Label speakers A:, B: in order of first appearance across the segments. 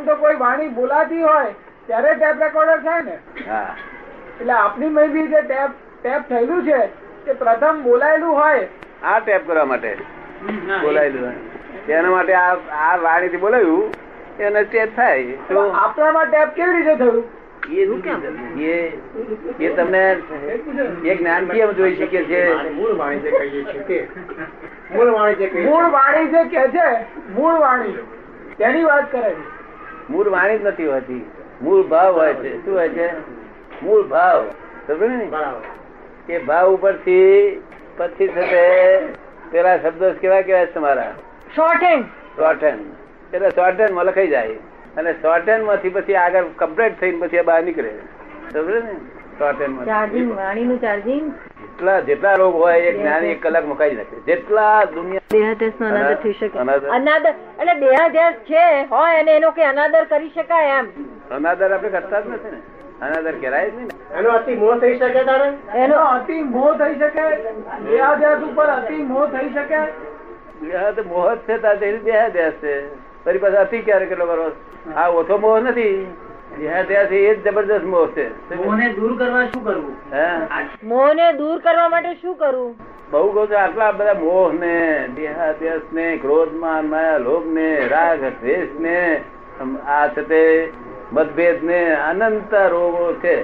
A: સમજો કોઈ વાણી બોલાતી હોય ત્યારે ટેપ રેકોર્ડર થાય ને
B: હા
A: એટલે આપની મેં બી જે ટેપ ટેપ થયેલું છે તે પ્રથમ બોલાયેલું હોય
B: આ ટેપ કરવા માટે બોલાયેલું હોય. તેના માટે આ આ વાણીથી બોલાયું એને ટેપ થાય
A: તો
B: તો
A: આપણામાં ટેપ કેવી રીતે થયું
B: એ એ એ તમને એ જ્ઞાનથી અમે જોઈ શકીએ છીએ
C: મૂળ વાણી જે કહીએ છીએ તે મૂળ વાણી જે કહીએ
A: મૂળ વાણી જે કે છે મૂળ વાણી તેની વાત કરે છે.
B: મૂળ વાણી જ નથી હોતી મૂળ ભાવ હોય છે શું હોય છે મૂળ ભાવ સમજો ને
C: બરાબર
B: એ ભાવ ઉપરથી પછી છે તે પેલા શબ્દો કેવા કેવા છે તમારા શોર્ટહેન્ડ એટલે શોર્ટહેન્ડ માં લખાઈ જાય અને શોર્ટહેન્ડ માંથી પછી આગળ કમ્પ્લીટ થઈને પછી આ બહાર નીકળે સમજે ને શોર્ટહેન્ડ
D: ચાર્જિંગ
B: માં
D: વાણીનું ચાર્જિંગ
B: જેટલા જેટલા રોગ હોય એ જ્ઞાન એક કલાક મુકાઈ નાખે જેટલા દુનિયા
D: દેહાદેશ નો અનાદર
B: અના-
D: થઈ શકે
B: અનાદર.
D: અનાદર એટલે દેહાદેશ છે હોય અને એનો કે અનાદર કરી શકાય એમ
B: અનાદર આપણે કરતા જ નથી ને અનાદર કહેવાય જ નહીં ને.
C: એનો અતિ મૂળ થઈ શકે તારે
D: એનો
A: એનો અતિ મોહ થઈ શકે દેહાદ્યાસ ઉપર અતિ મોહ થઈ શકે
B: દેહ તો મોહ જ છે તાર તેની દેહાદ્યાસ છે ફરી પાછા અતિ ક્યારે કેટલો કરો આ ઓછો મોહ નથી દેહાદ્યાસ એ જ જબરદસ્ત મોહ છે
C: દૂર કરવા શું કરવું
B: હા
D: મોહ ને દૂર કરવા માટે શું કરવું
B: બહુ કહું છું આટલા બધા મોહ ને દેહાદ્યાસ ને ક્રોધ માન માયા લોભ ને રાગ દ્વેષ ને અમ આ છે તે મતભેદ ને અનંત રોગો છે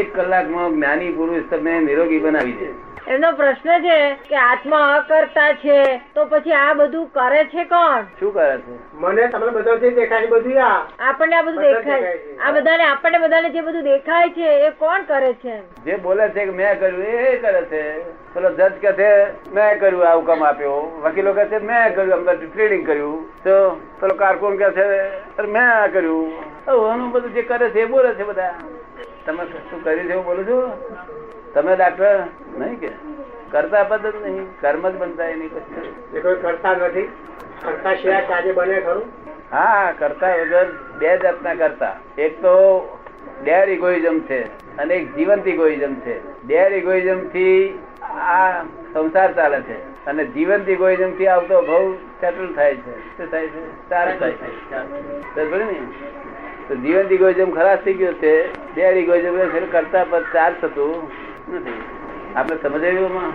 B: એક કલાકમાં જ્ઞાની પુરુષ તમને નિરોગી બનાવી દે
D: એનો પ્રશ્ન છે કે આત્મા અકર્તા છે તો પછી આ બધું કરે છે કોણ
B: શું કરે છે
C: મને તમને બધા જે દેખાય છે બધું આ
D: આપણને આ બધું
C: બધા
D: દેખાય
C: દેખાય છે.
D: આ બધાને આપણને બધાને જે બધું દેખાય છે એ કોણ કરે છે
B: જે બોલે છે કે મેં કર્યું એ કરે છે પેલો જજ કહે છે મેં કર્યું આ હુકમ આપ્યો વકીલો કહે છે મેં કર્યું અમદાવાદ ટ્રેડિંગ કર્યું તો પેલો કારકુન કહે છે "અરે મેં આ કર્યું આવું આનું બધું જે કરે છે એ બોલે છે બધા તમે શું કર્યું છે એવું બોલો છો તમે ડાક્ટર નહીં કે કરતા પદ જ નહીં કર્મ જ બનતા એની પછી
C: જે કોઈ કરતા નથી કરતા સિવાય કાર્ય બને ખરું
B: હા કરતા વગર બે જાતના કરતા એક તો ડેર ઇગોઇઝમ છે અને એક જીવંત ઇગોઇઝમ છે ડેર ઇગોઇઝમ થી આ સંસાર ચાલે છે અને જીવંત ઇગોઇઝમ થી આવતો ભાવ સેટલ થાય છે શું થાય છે સારું થાય છે સમજ પડી ને? તો જીવંત ઇગોઇઝમ ખરાબ થઈ ગયો છે ડેર ઇગોઇઝમ એટલે કરતા પર ચાર્જ થતું નથી આપણે સમજાયું એમાં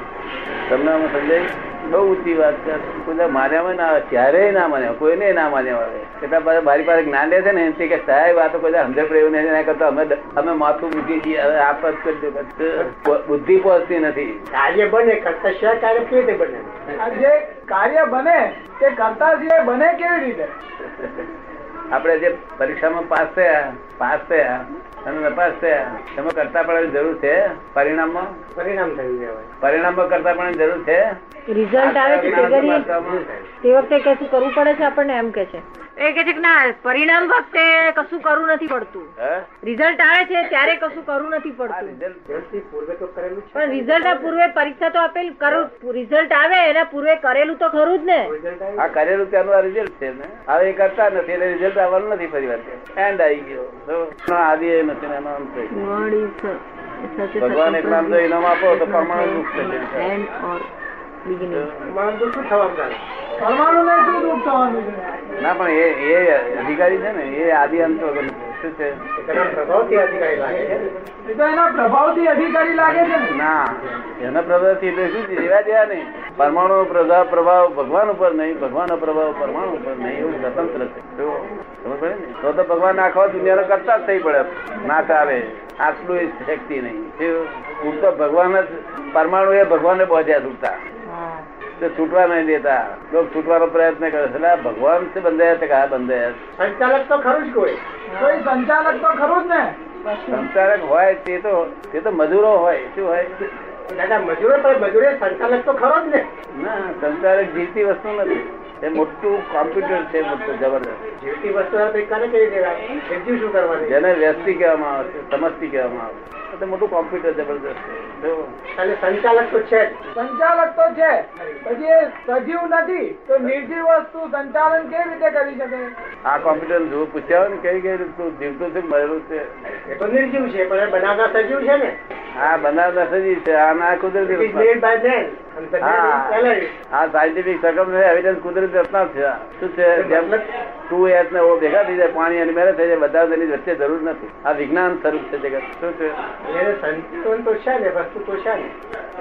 B: તમને આમાં સમજાય બહુ ઊંચી વાત છે કોઈ માન્યામાં ના આવે ક્યારેય ના માન્યા કોઈને ના માન્યા આવે એટલા પાસે મારી પાસે જ્ઞાન લે છે ને એમથી કે સાહેબ આ તો કોઈ દાડો સમજણ પડે એવું નથી એના કરતા અમે અમે માથું મૂકી દઈએ હવે આપ જ કરજો બસ બુદ્ધિ પહોંચતી નથી
C: કાર્ય બને કરતા સિવાય કાર્ય કેવી રીતે બને
A: આ જે કાર્ય બને તે કરતા સિવાય બને કેવી રીતે
B: આપણે જે પરીક્ષામાં પાસ થયા પાસ થયા અને નપાસ થયા એમાં કરતા પડવાની જરૂર છે પરિણામમાં
C: પરિણામ થયું કહેવાય
B: પરિણામમાં કરતા પડવાની જરૂર છે
D: રિઝલ્ટ આવે છે તે ઘડી
B: વાસ્તવમાં
D: તે વખતે કશું કરવું પડે છે આપણને એમ કે છે એ કે છે કે ના પરિણામ વખતે કશું કરવું નથી પડતું
B: હે?
D: રિઝલ્ટ આવે છે ત્યારે કશું કરવું નથી
B: આ
D: પડતું
B: result
C: એનાથી પૂર્વે તો કરેલું છે
D: પણ રિઝલ્ટ પૂર્વે પરીક્ષા તો આપેલ કરો રિઝલ્ટ આવે એના પૂર્વે કરેલું તો ખરું જ ને
C: રિઝલ્ટ આવ્યું?
B: આ કરેલું ત્યાંનું આ રિઝલ્ટ છે ને હવે એ કરતા નથી એટલે રિઝલ્ટ આવવાનું નથી ફરી વાર એન્ડ આવી ગયો તો આવી એ નથી ને એનો અંત થઈ ગયો. ભગવાન એક નામ જો ઇનામ આપો તો પરમાણુ દુઃખ થશે.
C: મારું તો શું થવાનું તારે?
A: પરમાણુ ને શું દુઃખ થવાનું છે
B: ના પણ એ એ અધિકારી છે ને એ આદિ અંત વગરનો છે. શું છે
C: એ ઘણા પ્રભાવથી અધિકારી લાગે છે ને.
A: એ તો એના પ્રભાવથી અધિકારી લાગે છે ને
B: ના એના પ્રભાવથી એટલે શું છે? એવા જેવા નહીં પરમાણુ પ્રભાવ પ્રભાવ ભગવાન ઉપર નહીં ભગવાનનો પ્રભાવ પરમાણુ ઉપર નહીં એવું સ્વતંત્ર છે તો ખબર પડે ને તો તો ભગવાન આખા દુનિયાનો કરતા જ થઈ પડે ના ચાલે આટલું એ શક્તિ નહીં કેવું? હું તો ભગવાન જ પરમાણુ એ ભગવાનને પહોંચ્યા છૂટતા તે છૂટવા નહીં દેતા લોકો છૂટવાનો પ્રયત્ન કરે છે એટલે આ ભગવાન છે બંધાયા છે કે આ બંધાયા છે?
C: સંચાલક તો ખરું જ કોઈ
A: કોઈ સંચાલક તો ખરું જ ને
B: સંચાલક હોય તે તો તે તો મજૂરો હોય શું હોય
C: દાદા મજૂરો પણ મજૂરે સંચાલક તો ખરો જ ને
B: ના સંસાર જીવતી વસ્તુ નથી એ મોટું કોમ્પ્યુટર છે મોટું જબરદસ્ત
C: જીવતી વસ્તુ આ કંઈ કરે કેવી દેવાય જીવતી શું કરવાની
B: જેને વ્યસ્તી કહેવામાં આવે છે સમસ્તી કહેવામાં આવે છે. એટલે મોટું કોમ્પ્યુટર જબરદસ્ત છે જો,
C: અને સંચાલક તો છે જ
A: સંચાલક તો છે પછી એ સજીવ નથી તો નિર્જીવ વસ્તુ સંચાલન કેવી રીતે કરી શકે
B: આ કોમ્પ્યુટર જો પૂછ્યા હોય ને કઈ કઈ રીતનું જીવતું છે મરેલું છે
C: એ તો નિર્જીવ છે પણ એ બનાવનાર સજીવ છે ને
B: આ બનાવ નથી છે આ ના કુદરતી
C: It is
B: રચના.
C: made by man. અને second is salary.
B: આ સાયન્ટિફિક સકમ એવિડન્સ કુદરતી રચના જ છે આ. શું છે
C: એટલે
B: જેમ
C: મતલબ?
B: ટુ એસ ને ઓ ભેગા થઈ જાય પાણી અને મેરે થઈ જાય બધા તેની વચ્ચે જરૂર નથી આ વિજ્ઞાન સ્વરૂપ છે જગત શું છે
C: એટલે સંતુલન તો છે ને વસ્તુ તો છે ને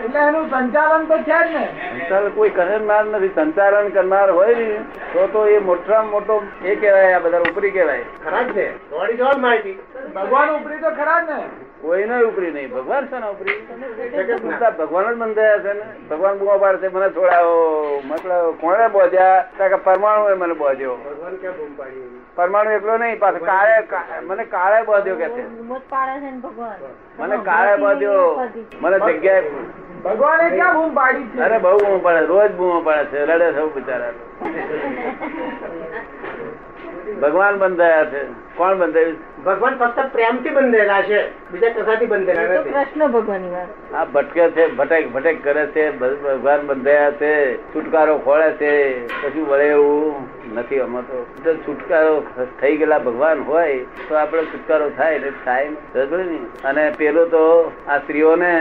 A: એટલે એનું સંચાલન તો છે જ ને
B: સંચાલન કોઈ કરનાર નથી સંચાલન કરનાર હોય ને તો તો એ મોટામાં મોટો એ કહેવાય આ બધા ઉપરી કહેવાય
C: ખરા જ ને ગોડ ઇઝ ઓલ માઇટી
A: ભગવાન ઉપરી તો ખરા જ ને
B: કોઈને ઉપરી નહીં ભગવાન છે ને ઉપરી બધા
C: જગતના.
B: ભગવાન જ બંધાયા છે ને ભગવાન બુવા પાડશે મને છોડાવો મતલબ કોણે બોધ્યા તો કે પરમાણુ મને બોધ્યો
C: ભગવાન ક્યાં બૂમ પાડી
B: પરમાણુ એકલો નહીં પાછો કાળે કા- મને કાળે બોધ્યો કે છે મને કાળે બોધ્યો મને જગ્યાએ
A: ભગવાને ક્યાં બૂમ પાડી છે
B: અરે બહુ બૂમો પડે રોજ બૂમો પડે છે રડે સૌ બિચારા ભગવાન બંધાયા છે કોણ બંધાયું
C: ભગવાન ફક્ત પ્રેમથી બંધેલા છે બીજા કશાથી બંધેલા નથી
D: કૃષ્ણ ભગવાનની વાત
B: આ ભટકે છે ભટક ભટક કરે છે ભ- ભગવાન બંધાયા છે છુટકારો ખોળે છે કશું વળે એવું નથી આમાં તો જો છુટકારો થઈ ગયેલા ભગવાન હોય તો આપણે છુટકારો થાય એટલે થાય ને. સમજો ને? અને પેલું તો આ સ્ત્રીઓને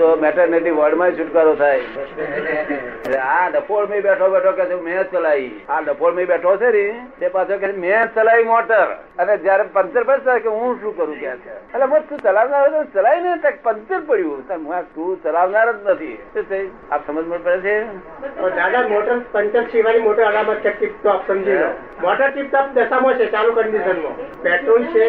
B: તો મેટરનિટી વોર્ડમાં છુટકારો થાય એટલે આ ડફોળમાં બેઠો બેઠો કે છે મેં જ ચલાવી આ ડફોળમાં બેઠો છે ને તે પાછો કે છે, મેં જ ચલાવી મોટર અને જ્યારે પંચર પડશે કે હું શું કરું કે છે એટલે બસ તું ચલાવનાર હતો, ચલાવી ને તારે પંચર પડ્યું તારે હું આ તું ચલાવનાર જ નથી શું છે? આપ સમજમાં પડે છે
C: તો દાદા મોટર પંચર સિવાયની મોટર અલામત છે ટીપ ટોપ સમજી લો મોટર ટીપ ટોપ દશામાં છે ચાલુ કન્ડિશનમાં પેટ્રોલ છે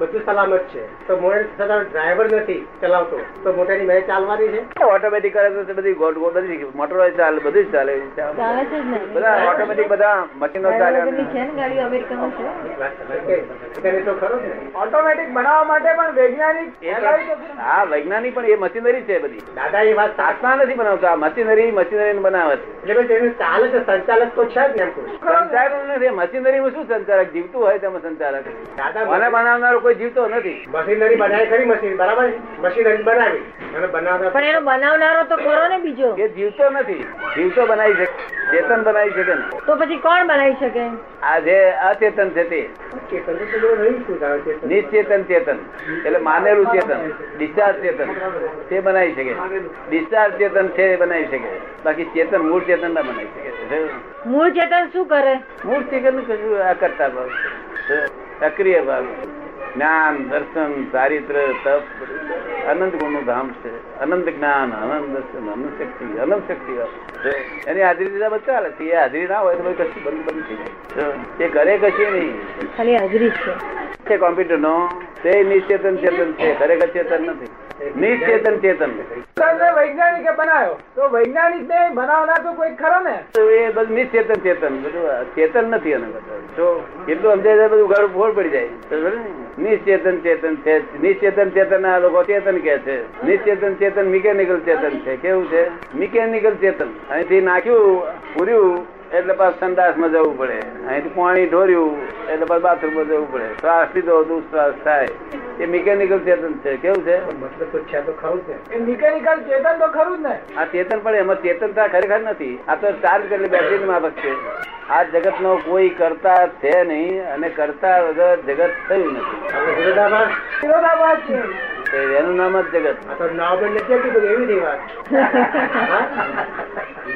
C: બધું સલામત છે તો મોટર સદા ડ્રાઈવર નથી ચલાવતો તો મોટરની મેં ચાલવાની છે
B: ઓટોમેટિક કરે તો તે બધી ગોટ ગોટ બધી મોટરો ચાલે બધું જ ચાલે એવું છે.
D: ચાલે છે જ ને
B: બધા ઓટોમેટિક બધા મશીનો ચાલે
D: ડ્રાઈવર વગરની છે ને ગાડી અમેરિકામાં છે
C: તેને તો ખરો જ ને
A: ઓટોમેટિક બનાવવા માટે પણ વૈજ્ઞાનિક
B: એ
A: એલાય તો
B: પણ- હા વૈજ્ઞાનિક પણ એ મશીનરી છે બધી
C: દાદા એ વાત સાચી
B: આત્મા નથી બનાવતો આ મશીનરી મશીનરી બનાવે છે
C: એટલે ભાઈ તેનું ચાલે છે સંચાલક તો છે જ ને એમ કહું છું.
B: સંચાલક નથી મશીનરીમાં શું સંચાલક જીવતું હોય તેમાં સંચાલક
C: દાદા
B: મને બનાવનારો કોઈ જીવતો નથી
C: મશીનરી બનાવી ખરી મશીન બરાબર મશીનરી બનાવી અને બનાવતા
D: પણ એનો બનાવનારો તો ખરો ને બીજો
B: એ જીવતો નથી જીવતો બનાવી શકે ચેતન બનાવી શકે નહીં.
D: તો પછી કોણ બનાવી શકે
B: આ જે અચેતન છે તે
C: ચેતન તો પેલું રહ્યું શું તારે ચેતન?
B: નિશ્ચેતન ચેતન એટલે માનેલું ચેતન discharge ચેતન તે બનાવી શકે discharge ચેતન છે એ બનાવી શકે બાકી ચેતન મૂળ ચેતન ના બનાવી શકે
D: મૂળ ચેતન શું કરે
B: મૂળ ચેતન કશું આ કરતા ભાવ સક્રિય ભાવ જ્ઞાન દર્શન ચારિત્ર તપ અનંત ગુણનું ધામ છે અનંત જ્ઞાન અનંત દર્શન અનંત શક્તિ અનંત શક્તિ છે. એની હાજરી બધા ચાલે છે એ હાજરી ના હોય તો પછી કશું બંધ બંધ થઈ જાય છે. એ કરે કશું નહીં
D: ખાલી હાજરી જ છે
B: છે કોમ્પ્યુટર નો તે નિશ્ચેતન ચેતન છે ખરેખર ચેતન નથી નિશ્ચેતન ચેતન
A: તમને વૈજ્ઞાનિકે બનાવ્યો તો વૈજ્ઞાનિક ને બનાવનાર તો કોઈ ખરો ને
B: તો એ બધું નિશ્ચેતન ચેતન બધું ચેતન નથી એના કરતા જો એટલું સમજાય જાય બધું ગાડું ફોડ પડી જાય સમજે ને? નિશ્ચેતન ચેતન છે નિશ્ચેતન ચેતન આ લોકો ચેતન કે છે નિશ્ચેતન ચેતન મિકેનિકલ ચેતન છે કેવું છે મિકેનિકલ ચેતન અહીંથી નાખ્યું પૂર્યું એટલે પાછું સંડાસમાં જવું પડે અહીંથી પાણી ઢોર્યું એટલે પાછું બાથરૂમમાં જવું પડે શ્વાસ લીધો દુઃશ્વાસ થાય એ મિકેનિકલ ચેતન છે કેવું છે
C: મતલબ તો છે તો ખરું જ ને
A: એ મિકેનિકલ ચેતન તો ખરું જ ને
B: આ ચેતન પણ એમાં ચેતનતા ખરેખર નથી આ તો ચાર્જ કરેલી બેટરી માફક છે આ જગત નો કોઈ કરતા છે નહીં અને કરતા વગર જગત થયું નથી
C: આપણે વિરોધાભાસ
A: વિરોધાભાસ છે
B: તો એનું નામ જ જગત
C: આ તો નાવમેન્ટ નથી આપી બધું એવી નહીં વાત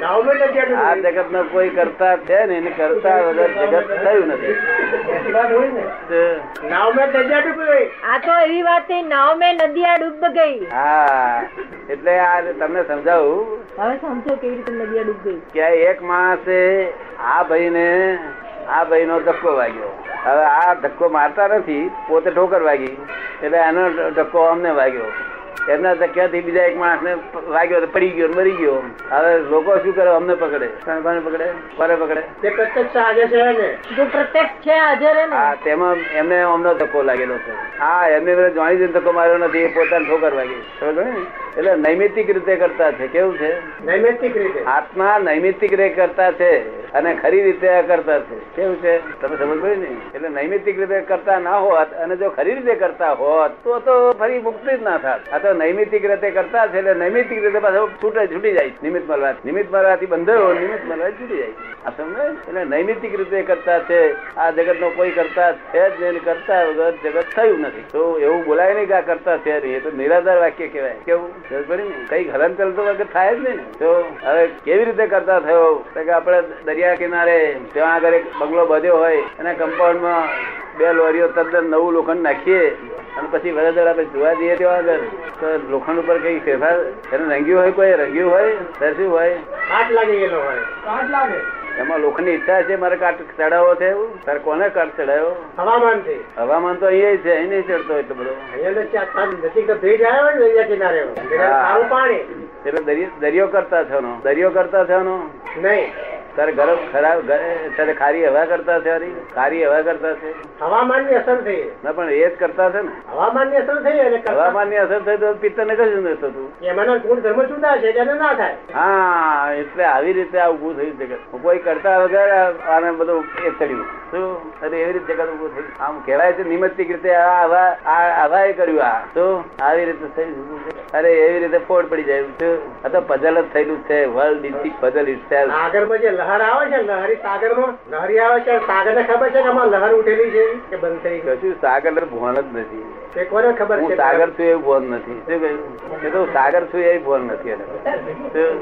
C: નાવમેન્ટ નથી
B: આ
C: આપી બધું.
B: જગત નો કોઈ કરતા છે નહીં અને કરતા વગર જગત થયું નથી
C: એસી વાત હોય ને
B: તો
C: નાવમેન્ટ નથી આપી બધું.
D: આ તો એવી વાત થઈ નાવ મેં નદીયા ડૂબ ગઈ
B: હા એટલે આ તમને સમજાવું
D: હવે સમજો કેવી રીતે નદીયા ડૂબ ગઈ
B: કે આ એક માણસે આ ભાઈને આ ભાઈનો ધક્કો વાગ્યો હવે આ ધક્કો મારતા નથી પોતે ઠોકર વાગી એટલે એનો ધક્કો અમને વાગ્યો એમના ધક્ક્યાથી બીજા એક માણસને વાગ્યો તો પડી ગયો ને મરી ગયો હવે લોકો શું કરે અમને પકડે કોને કોને પકડે કોને પકડે
C: તે પ્રત્યક્ષ આજે છે ને
D: જો પ્રત્યક્ષ છે હાજર હે ને
B: આ તેમાં એમને અમનો ધક્કો લાગેલો છે હા એમને બધા જાણી જોઈને ધક્કો માર્યો નથી એ પોતાને ઠોકર વાગી સમજો ને? એટલે નૈમિતિક રીતે કરતા છે કેવું છે
C: નૈમિત્તિક રીતે
B: આત્મા નૈમિતિક રીતે કરતા છે અને ખરી રીતે કરતા છે કેવું છે તમે સમજ પડી ને એટલે નૈમિતિક રીતે કરતા ના હોત અને જો ખરી રીતે કરતા હોત તો તો ફરી મુક્તિ જ ના થાત આ તો તો નૈમિતિક રીતે કરતા છે એટલે નૈમિતિક રીતે પાછો છૂટે છૂટી જાય છે. નિમિત્ત મળવાથી નિમિત્ત મળવાથી બંધો નિમિત્ત મળવાથી છૂટી જાય છે. આ સમજાય એટલે નૈમિતિક રીતે કરતા છે આ જગત નો કોઈ કરતા છે જ નહીં ને કરતા વગર જગત થયું નથી તો એવું બોલાય નહીં કે આ કરતા છે નહીં એ તો નિરાધાર વાક્ય કહેવાય કેવું સમજ પડી ને કઈ હલન ચલન તો વગર થાય જ નહીં ને તો હવે કેવી રીતે કરતા થયો તો કે આપણે દરિયા કિનારે ત્યાં આગળ એક બંગલો બાંધ્યો હોય અને કમ્પાઉન્ડમાં બે લોરીઓ તદ્દન નવું લોખંડ નાખીએ અને પછી વડોદરા આપણે જોવા જઈએ ત્યાં આગળ તો લોખંડ ઉપર કઈ ફેરફાર એને રંગ્યું હોય કોઈ રંગ્યું હોય દર્શ્યું હોય
C: કાટ લાગી ગયેલો હોય
A: કાટ લાગે
B: એમાં લોખંડની ઈચ્છા છે મારે કાટ ચડાવવો છે એવું તારે કોને કાટ ચડાવ્યો
C: હવામાનથી
B: હવામાન તો અહીંયા છે અહીં નહીં ચડતો એટલો બધો
C: અહીંયા નથી આ તાજ નજીક તો ભેજ આવ્યો હોય ને દરિયા કિનારે
B: હા.
C: સારું પાણી
B: એટલે દરિયો દરિયો કરતા થયો દરિયો કરતા થયો
C: નહીં
B: તારે ગરમ ખરાબ ઘરે- તારે ખારી હવા કરતા છે હરી? ખારી હવા કરતા છે
C: હવામાનની અસર થઈ
B: ના પણ એ જ કરતા છે ને
C: હવામાનની અસર થઈ અને કરતા-
B: હવામાનની અસર થઈ તો પિત્તને કશું નથી થતું
C: એમાંના ગુણધર્મ જુદા છે એટલે એને ના થાય
B: હા એટલે આવી રીતે આ ઉભું થયું જગત કોઈ કરતા વગર આ- આને બધું એ થયું શું એટલે એવી રીતે જગત ઉભું થયું આમ કહેવાય છે નિમિત્તિક રીતે આ હવા આ હવાએ કર્યું આ શું આવી રીતે થયું ઊભું જગત. અરે એવી રીતે ફોડ પડી જાય શું? આ તો પઝલ જ થયેલું છે વર્લ્ડ પઝલ itself.
C: સાગરમાં જે લહેર આવે છે ને, લહેરી સાગરમાં લહેરી આવે છે સાગરને ખબર છે કે આમાં લહેર ઉઠેલી છે કે બંધ થઈ ગઈ
B: કશું સાગર એટલે ભોન જ નથી
C: છે કોને ખબર
B: હું
C: છે
B: સાગર છું એવું ભોન નથી શું કહ્યું એ તો હું સાગર છું એ ભોન નથી એને શું?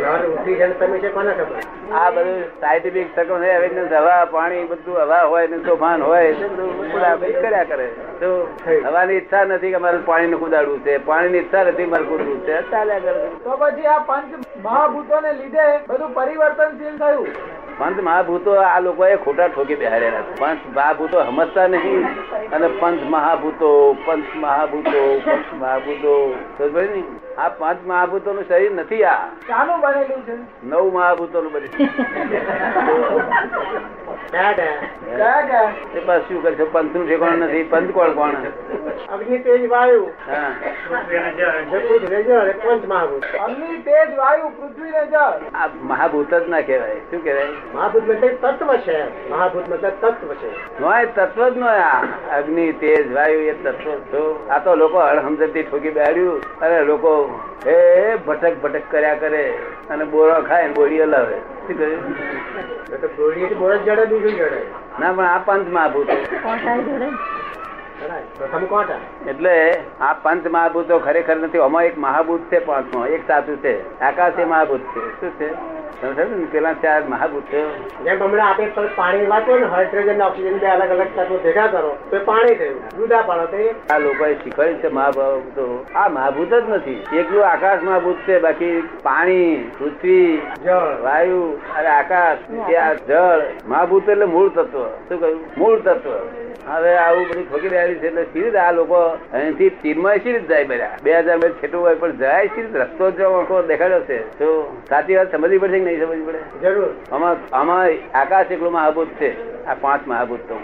C: લહેર ઉઠી છે ને તમે છે કોને ખબર
B: આ બધું સાયન્ટિફિક સકમ છે હવે હવા પાણી બધું હવા હોય ને તોફાન હોય ને બધું ઉડાડપુડી કર્યા કરે તો હવાની ઈચ્છા નથી કે મારે પાણીનું કુદાડવું છે પાણીની ઈચ્છા નથી મારે કૂદવું છે ચાલ્યા કરે
A: તો પછી આ પંચ મહાભૂતોને લીધે બધું પરિવર્તનશીલ થયું
B: પંચ મહાભૂતો આ લોકોએ ખોટા ઠોકી બેહાડેલા છે. પંચ મહાભૂતો સમજતા નહીં અને પંચ મહાભૂતો પંચ મહાભૂતો પંચ મહાભૂતો ખબર પડી ને? આ પંચ મહાભૂતોનું શરીર નથી આ
A: શાનું બનેલું છે
B: નવ મહાભૂતોનું બની
C: ડા ડા.
A: કયા કયા
B: એ બસ શું કરશો પંચનું ઠેકાણું નથી પંચ કોણ કોણ
C: અગ્નિ તેજ વાયુ
B: હા
C: જગુજ રેજર અને પંચ મહાભૂત
A: અગ્નિ તેજ વાયુ પૃથ્વી ને જળ
B: આ મહાભૂત જ ના કહેવાય શું કહેવાય
C: મહાભૂત મતલબ તત્વ છે મહાભૂત મતલબ તત્વ છે
B: નોય તત્વ જ નો આ અગ્નિ તેજ વાયુ એ તત્વ જ છો આ તો લોકો હળહમઝતી ઠોકી બેહાડ્યું અને લોકો એ ભટક ભટક કર્યા કરે અને બોરો ખાય ને બોરી હલાવે શું કહ્યું?
C: એટલે બોડી બોરસ જડે બીજું જડે
B: ના પણ આ પંચ મહાભૂતો
D: કોટાઈ જોડે
C: બરાબર. પ્રથમ કોટા
B: એટલે આ પંચ મહાભૂતો ખરેખર નથી આમાં એક મહાભૂત છે પાંચમો એક સાચું છે આકાશ એ મહાભૂત છે શું છે તમે સમજો ને? પેલા ચાર મહાભૂત છે
C: જેમ હમણાં આપણે પર પાણી વાંચો ને હાઇડ્રોજન અને ઓક્સિજન બે અલગ અલગ તત્વો ભેગા કરો તો એ પાણી થયું જુદા પાડો તો એ
B: આ લોકોએ શીખવાડ્યું છે મહાભૂતો આ મહાભૂત જ નથી એકલું આકાશ મહાભૂત છે બાકી પાણી પૃથ્વી
C: જળ
B: વાયુ અને આકાશ એ આ જળ મહાભૂત એટલે મૂળ તત્વ શું કહ્યું મૂળ તત્વ હવે આવું બધું ઠોકી રહેલી છે એટલે સીધી આ લોકો અહીંથી ચીનમાં સીધી જ જાય બધા બે હજાર બે છેટું હોય પણ જાય સીધી રસ્તો જ આખો દેખાડ્યો છે તો સાચી વાત સમજવી પડશે કે નહીં સમજવી પડે
C: જરૂર
B: આમાં આમાં આકાશ એકલું મહાભૂત છે આ પાંચ મહાભૂત તો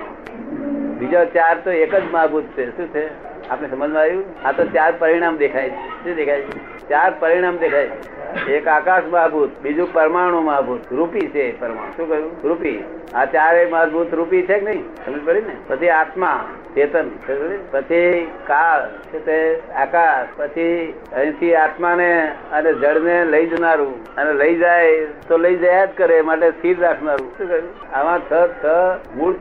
B: બીજા ચાર તો એક જ મહાભૂત છે શું છે આપણે સમજમાં આવ્યું આ તો ચાર પરિણામ દેખાય છે શું દેખાય છે ચાર પરિણામ દેખાય છે એક આકાશ મહાભૂત બીજું પરમાણુ મહાભૂત રૂપી છે એ પરમાણુ શું કહ્યું રૂપી આ ચારેય મહાભૂત રૂપી છે કે નહીં સમજ પડી ને પછી આત્મા ચેતન સમજ પડી? પછી કાળ છે તે આકાશ પછી અહીંથી આત્માને અને જળને લઈ જનારું અને લઈ જાય તો લઈ જયા જ કરે માટે સ્થિર રાખનારું શું કહ્યું આમાં છ છ મૂળ